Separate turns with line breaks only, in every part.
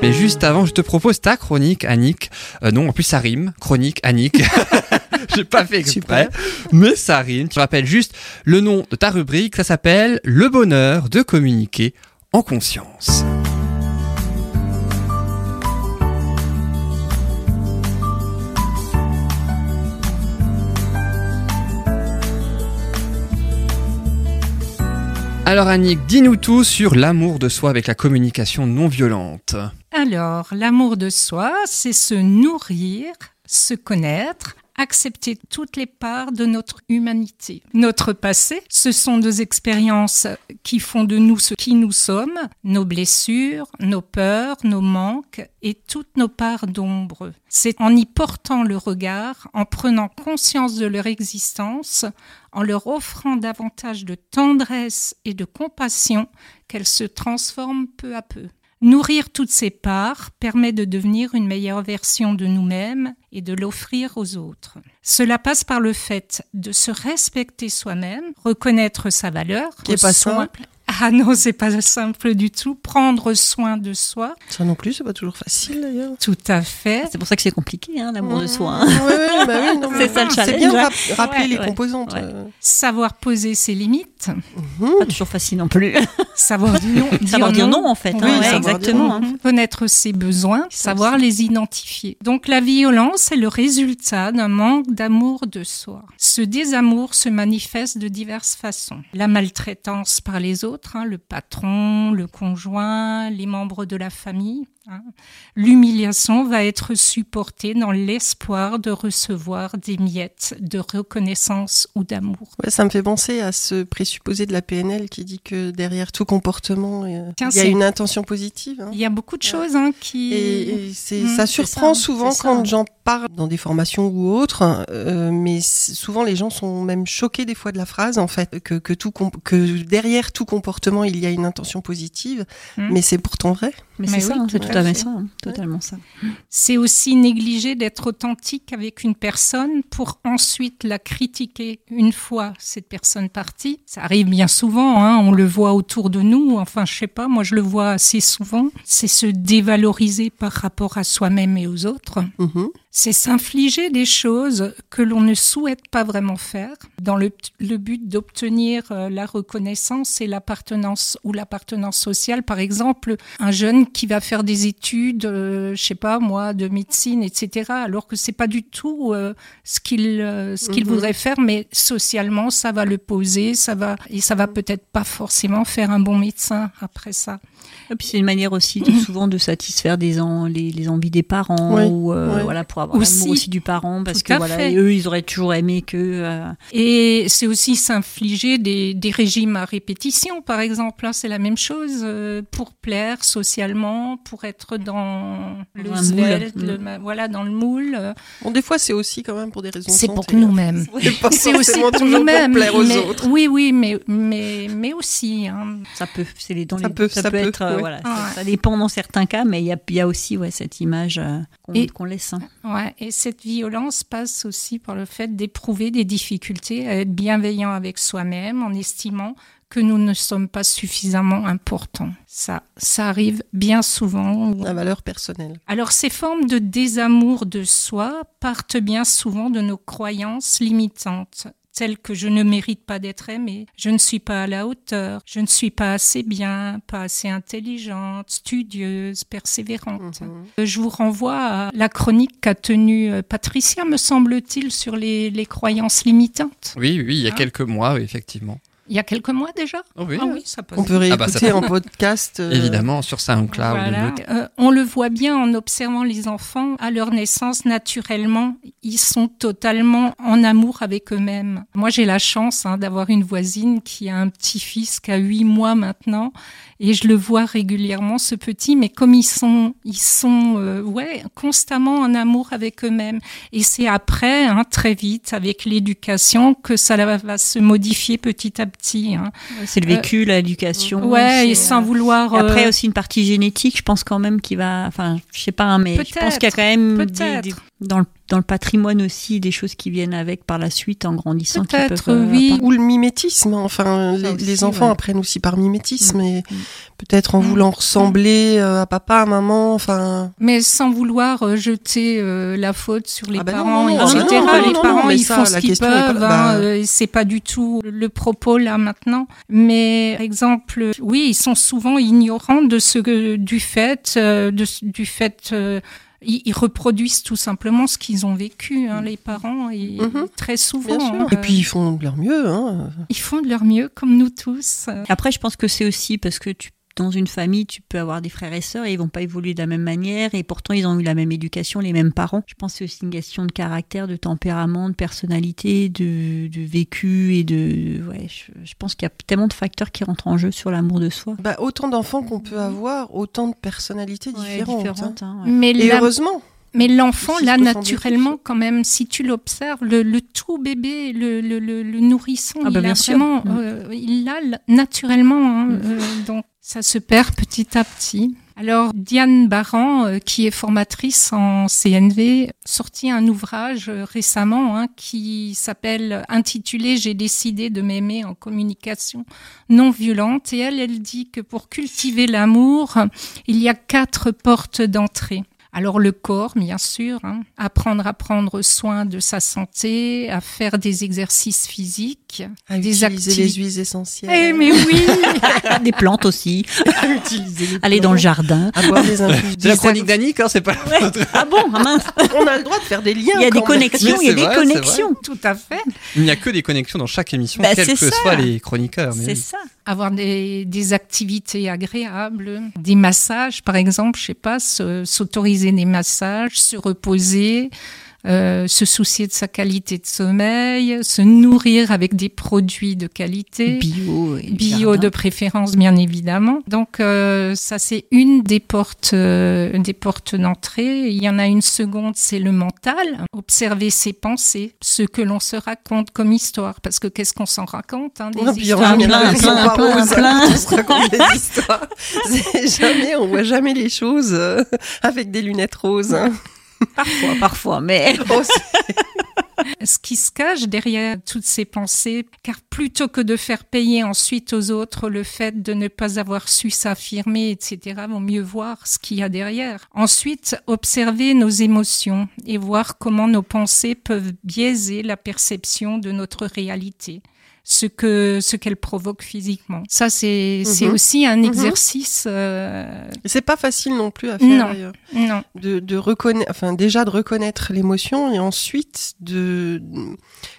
Mais juste avant, je te propose ta chronique, Annick. Euh, non, en plus ça rime. Chronique, Annick. J'ai pas fait exprès. Mais ça rime. Tu rappelles juste le nom de ta rubrique. Ça s'appelle Le bonheur de communiquer en conscience. Alors Annick, dis-nous tout sur l'amour de soi avec la communication non violente.
Alors, l'amour de soi, c'est se nourrir, se connaître, accepter toutes les parts de notre humanité. Notre passé, ce sont des expériences qui font de nous ce qui nous sommes, nos blessures, nos peurs, nos manques et toutes nos parts d'ombre. C'est en y portant le regard, en prenant conscience de leur existence, en leur offrant davantage de tendresse et de compassion qu'elles se transforment peu à peu. Nourrir toutes ces parts permet de devenir une meilleure version de nous-mêmes et de l'offrir aux autres. Cela passe par le fait de se respecter soi-même, reconnaître sa valeur,
Qui est pas
soin-
simple.
Ah non, c'est pas simple du tout. Prendre soin de soi,
Ça non plus, c'est pas toujours facile d'ailleurs.
tout à fait.
Ah, C'est pour ça que c'est compliqué, hein, l'amour de soi.
Ouais, ouais, bah oui, non, mais
C'est ça le
C'est
challenge,
bien de
hein.
rap- rappeler
Ouais,
les
ouais,
composantes.
ouais.
euh.
Savoir poser ses limites,
Pas toujours facile non plus.
savoir dire Mmh. non,
savoir dire non, en fait. hein,
Oui,
ouais,
savoir dire
exactement. hein.
connaître ses besoins, savoir les identifier. Donc la violence est le résultat d'un manque d'amour de soi. Ce désamour se manifeste de diverses façons. La maltraitance par les autres, hein, le patron, le conjoint, les membres de la famille. hein. L'humiliation va être supportée dans l'espoir de recevoir des miettes de reconnaissance ou d'amour.
Ouais, ça me fait penser à ce présupposé de la PNL qui dit que derrière tout comportement, euh,
Tiens,
il y a
c'est-
une intention positive. hein.
Il y a beaucoup de choses hein, qui...
Et, et c'est-
Mmh,
Mm,
ça
c'est
surprend
ça,
souvent
c'est ça.
quand j'en parle dans des formations ou autres, euh, mais c- souvent les gens sont même choqués des fois de la phrase en fait que, que tout com- que derrière tout comportement il y a une intention positive,
Mmh.
Mm.
mais c'est pourtant vrai.
Mais,
Mais
c'est ça,
oui,
c'est
tout
tout
à
à fait
fait.
ça. hein, Totalement ça.
C'est aussi négliger d'être authentique avec une personne pour ensuite la critiquer une fois cette personne partie. Ça arrive bien souvent, hein, on le voit autour de nous, enfin je sais pas, moi je le vois assez souvent. C'est se dévaloriser par rapport à soi-même et aux autres.
Mhm.
C'est s'infliger des choses que l'on ne souhaite pas vraiment faire dans le, le but d'obtenir euh, la reconnaissance et l'appartenance ou l'appartenance sociale. Par exemple, un jeune qui va faire des études, euh, je sais pas moi, de médecine, etc. Alors que c'est pas du tout euh, ce qu'il euh, ce qu'il
Mhm.
voudrait faire, mais socialement ça va le poser, ça va et ça va peut-être pas forcément faire un bon médecin après ça.
Et puis c'est une manière aussi de- souvent de satisfaire des en- les, les envies des parents
Oui,
ou euh,
oui.
voilà pour avoir
Aussi.
l'amour aussi du parent parce
Tout
que
à
voilà
fait.
et eux ils auraient toujours aimé que euh,
Et c'est aussi s'infliger des, des régimes à répétition, par exemple. hein, c'est la même chose euh, pour plaire socialement, pour être dans le
Dans un
svelte,
moule.
le ma- voilà, dans le moule. euh.
Bon, des fois c'est aussi quand même pour des raisons. de
C'est pour
santé, hein.
nous-mêmes.
C'est pas
C'est aussi
forcément
pour
toujours
nous-mêmes.
plaire aux
mais-
autres.
Oui, oui, mais, mais, mais aussi. hein.
ça peut c'est les dans
Ça
les-
peut, ça peut,
être euh,
oui.
voilà
Ah ouais.
ça, ça dépend dans certains cas mais il y a, il y a aussi ouais cette image euh, qu'on
Et-
qu'on laisse hein.
Ouais. Et cette violence passe aussi par le fait d'éprouver des difficultés à être bienveillant avec soi-même en estimant que nous ne sommes pas suffisamment importants. Ça, ça arrive bien souvent.
La valeur personnelle.
Alors ces formes de désamour de soi partent bien souvent de nos croyances limitantes, telles que je ne mérite pas d'être aimé, je ne suis pas à la hauteur, je ne suis pas assez bien, pas assez intelligente, studieuse, persévérante.
Mhm.
Euh, Je vous renvoie à la chronique qu'a tenue euh, Patricia, me semble-t-il, sur les, les croyances limitantes.
Oui, oui, il y a
Ah.
quelques mois, oui, effectivement.
Il y a quelques mois déjà
Oh oui,
Ah oui, ça passe.
On peut
Ah bah, ça
réécouter en podcast. euh,
Évidemment, sur SoundCloud.
Voilà.
le-
Euh, on le voit bien en observant les enfants à leur naissance naturellement, ils sont totalement en amour avec eux-mêmes. Moi, j'ai la chance hein, d'avoir une voisine qui a un petit-fils qui a 8 mois maintenant et je le vois régulièrement ce petit mais comme ils sont ils sont euh, ouais, constamment en amour avec eux-mêmes et c'est après hein, très vite avec l'éducation que ça va- va se modifier petit à petit hein.
c'est le vécu l'éducation
Ouais, et
c'est, euh,
sans vouloir
Et Après
euh,
aussi une partie génétique, je pense quand même qu'il va, enfin, je sais pas, hein, mais je pense
Peut-être,
qu'il y a quand même des-
peut-être.
des- dans le, dans le patrimoine aussi, des choses qui viennent avec par la suite en grandissant. qui
Peut-être,
peuvent, euh,
oui.
apparaître.
Ou le mimétisme, enfin, les,
aussi,
les enfants
ouais.
apprennent aussi par mimétisme, et
Mm.
peut-être en
Mm.
voulant ressembler euh, à papa, à maman, enfin.
Mais sans vouloir euh, jeter euh, la faute sur les
Ah bah non,
parents,
non, non,
etc.
ah non, non,
les
non, non,
parents,
mais
ils
ça,
font ce
la
qu'ils
question est pas-
peuvent.
bah,
hein, euh, c'est pas du tout le propos là maintenant. Mais par exemple, euh, oui, ils sont souvent ignorants de ce que- du fait, euh, de ce- du fait. euh, ils ils reproduisent tout simplement ce qu'ils ont vécu, hein, les parents, et
Mhm.
très
Mm. Bien
souvent.
sûr.
hein.
Et puis ils font de leur mieux, hein.
Ils font de leur mieux, comme nous tous. euh.
Après, je pense que c'est aussi parce que tu dans une famille, tu peux avoir des frères et sœurs et ils vont pas évoluer de la même manière et pourtant ils ont eu la même éducation, les mêmes parents. Je pense que c'est aussi une question de caractère, de tempérament, de personnalité, de, de vécu et de ouais. Je, je pense qu'il y a tellement de facteurs qui rentrent en jeu sur l'amour de soi.
Bah, autant d'enfants qu'on peut avoir, autant de personnalités différentes.
différentes, hein, ouais.
Mais
Et
la-
heureusement.
Mais l'enfant,
Si je
là,
peux sembler
naturellement,
touchée.
quand même, si tu l'observes, le, le tout bébé, le, le, le, le nourrisson,
Ah bah
il
bien
a
sûr.
vraiment,
Mm.
euh, il l'a l- naturellement. hein,
Mm.
euh, donc, ça se perd petit à petit. Alors, Diane Baran, euh, qui est formatrice en CNV, sortit un ouvrage euh, récemment hein, qui s'appelle intitulé J'ai décidé de m'aimer en communication non violente. Et elle, elle dit que pour cultiver l'amour, il y a quatre portes d'entrée. Alors le corps, bien sûr, hein. apprendre à prendre soin de sa santé, à faire des exercices physiques.
À
Des
utiliser
activi-
les huiles essentielles.
Eh mais oui
Des plantes aussi,
à utiliser les
aller dans le
plantes,
jardin.
À boire des infusions.
C'est la chronique d'Annick, hein, c'est pas la vôtre.
Ah bon, ah mince,
On a le droit de faire des liens.
il y a des
quand même.
connexions,
Mais
il y a
c'est
des
vrai, c'est vrai.
connexions.
Tout à fait.
Il n'y a que des connexions dans chaque émission,
Bah,
quels
c'est
que
ça.
soient les chroniqueurs. Ah, mais
C'est
oui.
ça.
Avoir des, des activités agréables, des massages par exemple, je sais pas, se- s'autoriser des massages, se reposer, euh, se soucier de sa qualité de sommeil, se nourrir avec des produits de qualité.
Bio, et
Bio
jardin.
de préférence, bien évidemment. Donc euh, ça, c'est une des portes, euh, des portes d'entrée. Il y en a une seconde, c'est le mental. Observer ses pensées, ce que l'on se raconte comme histoire, parce que qu'est-ce qu'on s'en raconte hein, des
Ah, puis en
histoires
général, ils sont
plein,
pas
plein,
roses,
plein.
alors qu'on se raconte des histoires. C'est jamais, on voit jamais les choses euh, avec des lunettes roses. hein.
Parfois, parfois, mais
Oh, c'est-
ce qui se cache derrière toutes ces pensées, car plutôt que de faire payer ensuite aux autres le fait de ne pas avoir su s'affirmer, etc., vaut mieux voir ce qu'il y a derrière. Ensuite, observer nos émotions et voir comment nos pensées peuvent biaiser la perception de notre réalité ce que ce qu'elle provoque physiquement ça c'est c'est
Mhm.
aussi un
Mhm.
exercice euh,
c'est pas facile non plus à faire.
Non.
d'ailleurs.
non
de, de reconnaître, enfin déjà de reconnaître l'émotion et ensuite de,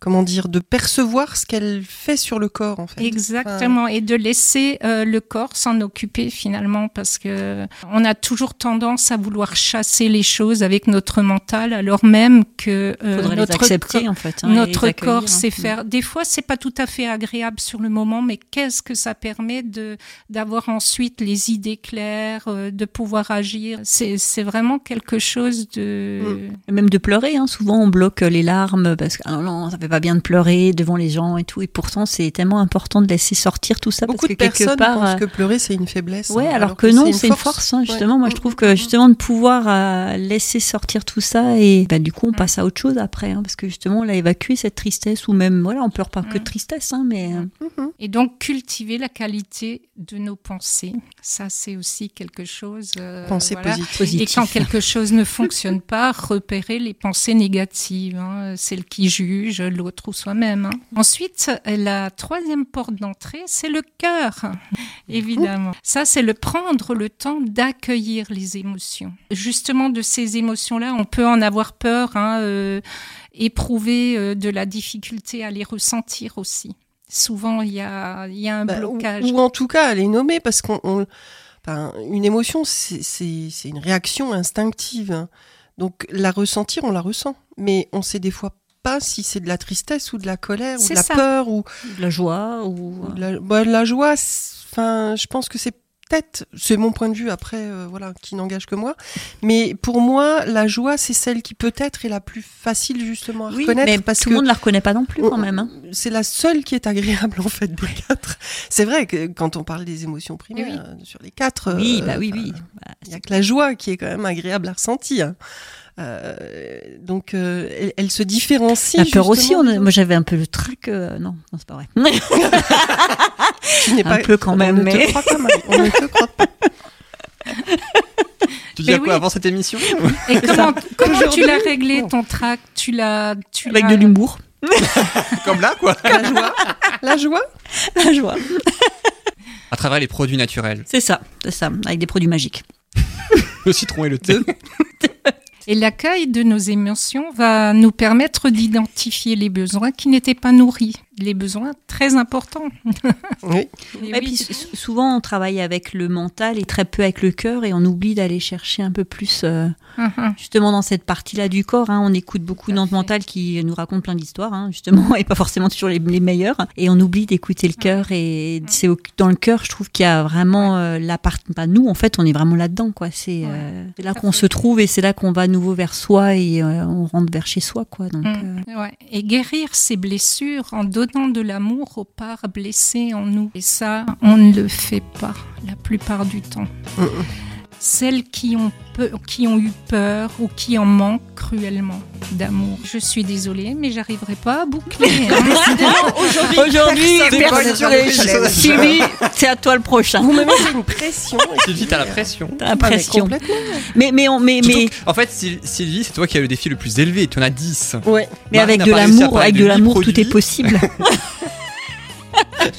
comment dire, de percevoir ce qu'elle fait sur le corps en fait.
Exactement, et de laisser euh, le corps s'en occuper finalement, parce que on a toujours tendance à vouloir chasser les choses avec notre mental, alors même que euh,
faudrait les
notre
accepter
co-
en fait. hein, et
notre
les accueillir, hein.
corps sait faire. Des fois, c'est pas tout à fait agréable sur le moment, mais qu'est-ce que ça permet de d'avoir ensuite les idées claires, euh, de pouvoir agir. C'est c'est vraiment quelque chose de
Même de pleurer, hein. souvent on bloque euh, les larmes parce que ah non, non, ça fait pas bien de pleurer devant les gens et tout. Et pourtant, c'est tellement important de laisser sortir tout ça
Beaucoup
parce
de
que quelque
personnes
part.
pensent
euh,
que pleurer c'est une faiblesse.
Ouais,
hein,
alors, que, non, c'est une force, hein,
Ouais.
justement. Moi, je
Mm,
trouve
mm,
que
mm.
justement de pouvoir euh, laisser sortir tout ça et bah, du coup, on passe à autre chose après, hein, parce que justement, on l'a évacué cette tristesse ou même voilà, on pleure pas que de tristesse, hein, mais euh,
Mhm.
et donc cultiver la qualité de nos pensées. Ça, c'est aussi quelque chose. euh,
Pensée
voilà.
positive.
Et
positif.
quand quelque chose ne fonctionne pas, repérer les pensées négatives, hein, celles qui jugent l'autre ou soi-même. hein. Ensuite, la troisième porte d'entrée, c'est le cœur, évidemment. Ça, c'est le prendre le temps d'accueillir les émotions. Justement, de ces émotions-là, on peut en avoir peur, hein, euh, éprouver euh, de la difficulté à les ressentir aussi. Souvent, il y a, il y a un
Bah, ou,
blocage.
ou en tout cas à les nommer parce qu'on, on- enfin, une émotion c'est- c'est c'est une réaction instinctive. hein. Donc la ressentir, on la ressent, mais on sait des fois pas si c'est de la tristesse ou de la colère ou
C'est
de la
ça.
peur ou
De la joie ou. euh,
Ou de La, bah, de la joie, c'est- enfin, je pense que c'est peut-être, c'est mon point de vue après, euh, voilà, qui n'engage que moi. Mais pour moi, la joie, c'est celle qui peut-être est la plus facile justement à
Oui,
reconnaître
mais
parce
tout
que Oh,
le monde la reconnaît pas non plus
on-
quand même. hein.
c'est la seule qui est agréable en fait des quatre. C'est vrai que quand on parle des émotions primaires
Oui.
euh, sur les quatre,
Oui,
euh,
bah oui,
enfin,
oui.
Il n'y a que la joie qui est quand même agréable à ressentir. Euh, donc, euh, elle, elle se différencie.
La peur aussi,
justement.
on a- moi j'avais un peu le trac. euh, non, non c'est pas vrai.
Tu n'es
un peu quand
On
même,
ne
mais-
te croit pas, Marie, on ne te croit pas.
Tu dis
Mais
à quoi
oui.
avant cette émission
Et comment, comment tu
Aujourd'hui,
l'as réglé
bon.
ton trac Tu l'as, tu
Avec
l'as-
de l'humour.
Comme là, quoi.
La joie, la joie.
La joie.
À travers les produits naturels,
C'est ça, c'est ça, avec des produits magiques.
le citron et le thé.
Et l'accueil de nos émotions va nous permettre d'identifier les besoins qui n'étaient pas nourris, les besoins très importants.
Oui.
Et
Et
oui.
puis sou- souvent on travaille avec le mental et très peu avec le cœur et on oublie d'aller chercher un peu plus euh,
Hum, hum.
justement dans cette partie-là du corps. hein. on écoute beaucoup notre
fait.
mental qui nous raconte plein d'histoires hein, justement et pas forcément toujours les, les meilleures. Et on oublie d'écouter le cœur et c'est au- dans le cœur je trouve qu'il y a vraiment euh, la partie. bah, nous en fait on est vraiment là-dedans quoi. C'est
Ouais.
euh, c'est là qu'on se trouve et c'est là qu'on va à nouveau vers soi et euh, on rentre vers chez soi quoi. Donc, euh,
Mm. Ouais. Et guérir ses blessures en donnant de l'amour aux parts blessées en nous. Et ça, on ne le fait pas la plupart du temps.
Mm.
Celles qui ont, peu- qui ont eu peur ou qui en manquent cruellement d'amour. Je suis désolée, mais j'arriverai pas à boucler. hein.
Aujourd'hui,
Aujourd'hui,
personne
personne
ne
sur
va
les
nous
chaînes.
challenger.
Sylvie, c'est à toi le prochain.
Vous me mettez une pression.
Sylvie, t'as la pression.
T'as la
Ah, mais
pression.
complètement.
Mais mais on mais
Surtout
mais
que- en fait, Syl- Sylvie, c'est toi qui as le défi le plus élevé. Tu en as 10.
Ouais,
Mais
Marine
avec
n'a
de
pas réussi à
l'amour,
parler
avec
de
de
huit
l'amour, tout est
produits.
possible.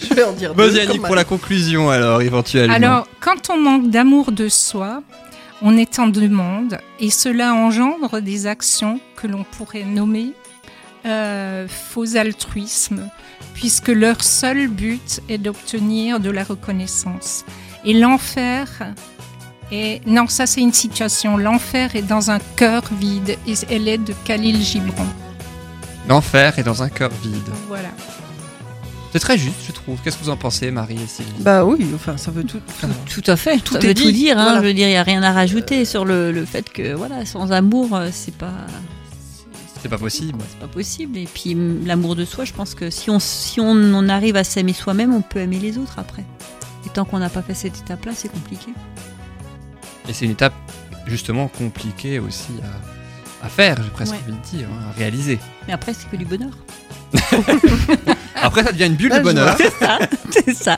je vais en dire deux.
Vas-y, Annick,
comme
pour la conclusion, alors, éventuellement.
Ah
Alors, quand on manque d'amour de soi, on est en demande et cela engendre des actions que l'on pourrait nommer euh, faux altruisme, puisque leur seul but est d'obtenir de la reconnaissance. Et l'enfer est... Non, ça c'est une situation. L'enfer est dans un cœur vide et elle est de Khalil Gibran.
L'enfer est dans un cœur vide.
Voilà.
C'est très juste, je trouve. Qu'est-ce que vous en pensez, Marie et Sylvie
Bah oui, enfin, ça veut tout.
Tout à fait, tout
Ça veut tout dire,
dire.
hein.
Je veux dire, il n'y a rien à rajouter sur le, le fait que voilà, sans amour, euh, c'est pas.
C'est pas possible.
C'est pas possible. Et puis m- l'amour de soi, je pense que si on, si on en arrive à s'aimer soi-même, on peut aimer les autres après. Et tant qu'on n'a pas fait cette étape-là, c'est compliqué.
Et c'est une étape, justement, compliquée aussi à, à faire, j'ai presque
Ouais.
envie de dire, hein, à réaliser.
Mais après, c'est que du bonheur.
Ah.
Après, ça devient une bulle
La
de bonheur.
C'est ça, c'est ça.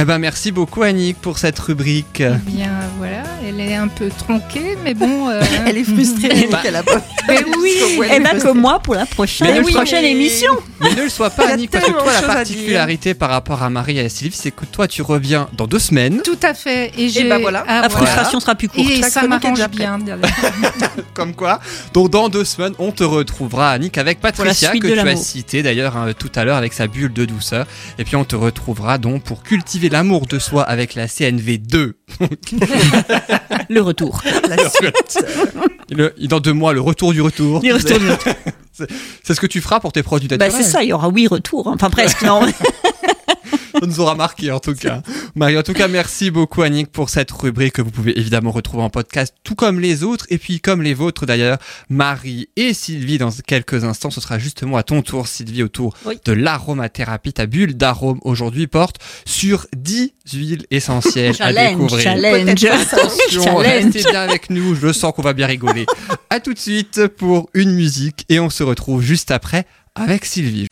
Eh ben, merci beaucoup, Annick, pour cette rubrique.
Ah.
Eh bien, voilà, elle est un peu tronquée, mais bon... euh,
Elle est frustrée, Annick,
Bah.
elle a pas.
Mais
Jusqu'au bout,
oui
elle
Et
est
bien,
frustrée.
Eh ben, comme moi, pour la prochaine,
Mais oui,
prochaine
mais-
émission.
bah
Mais ne le sois
Il y
pas,
a
Annick, parce que
tellement
toi, la
de choses à dire.
particularité par rapport à Marie et à Sylvie, c'est que toi, tu reviens dans deux semaines,
Tout à fait. Et, j'ai-
ben voilà.
Ah,
La
voilà.
frustration sera plus courte.
Et
La
ça
chronique est
m'arrange
déjà
bien.
comme quoi. Donc, dans deux semaines, on te retrouvera, Annick, avec Patricia,
suite
que
de
tu as
l'amour.
cité d'ailleurs hein, tout à l'heure avec sa bulle de douceur. Et puis, on te retrouvera donc pour cultiver l'amour de soi avec la CNV2.
Le retour.
La
Le- dans deux mois, le retour du retour.
Du retour du
C'est ce que tu feras pour tes produits
Bah,
naturels.
c'est ça, il y aura oui retour. hein. Enfin, presque, non.
Ça nous aura marqué en tout cas. Marie, en tout cas, merci beaucoup Annick pour cette rubrique que vous pouvez évidemment retrouver en podcast, tout comme les autres, et puis comme les vôtres d'ailleurs, Marie et Sylvie dans quelques instants. Ce sera justement à ton tour, Sylvie, autour
Oui.
de l'aromathérapie. Ta bulle d'arôme aujourd'hui porte sur 10 huiles essentielles à
Challenge,
découvrir.
challenge.
Attention,
Challenge.
restez bien avec nous, je sens qu'on va bien rigoler. à tout de suite pour une musique et on se retrouve juste après avec Sylvie.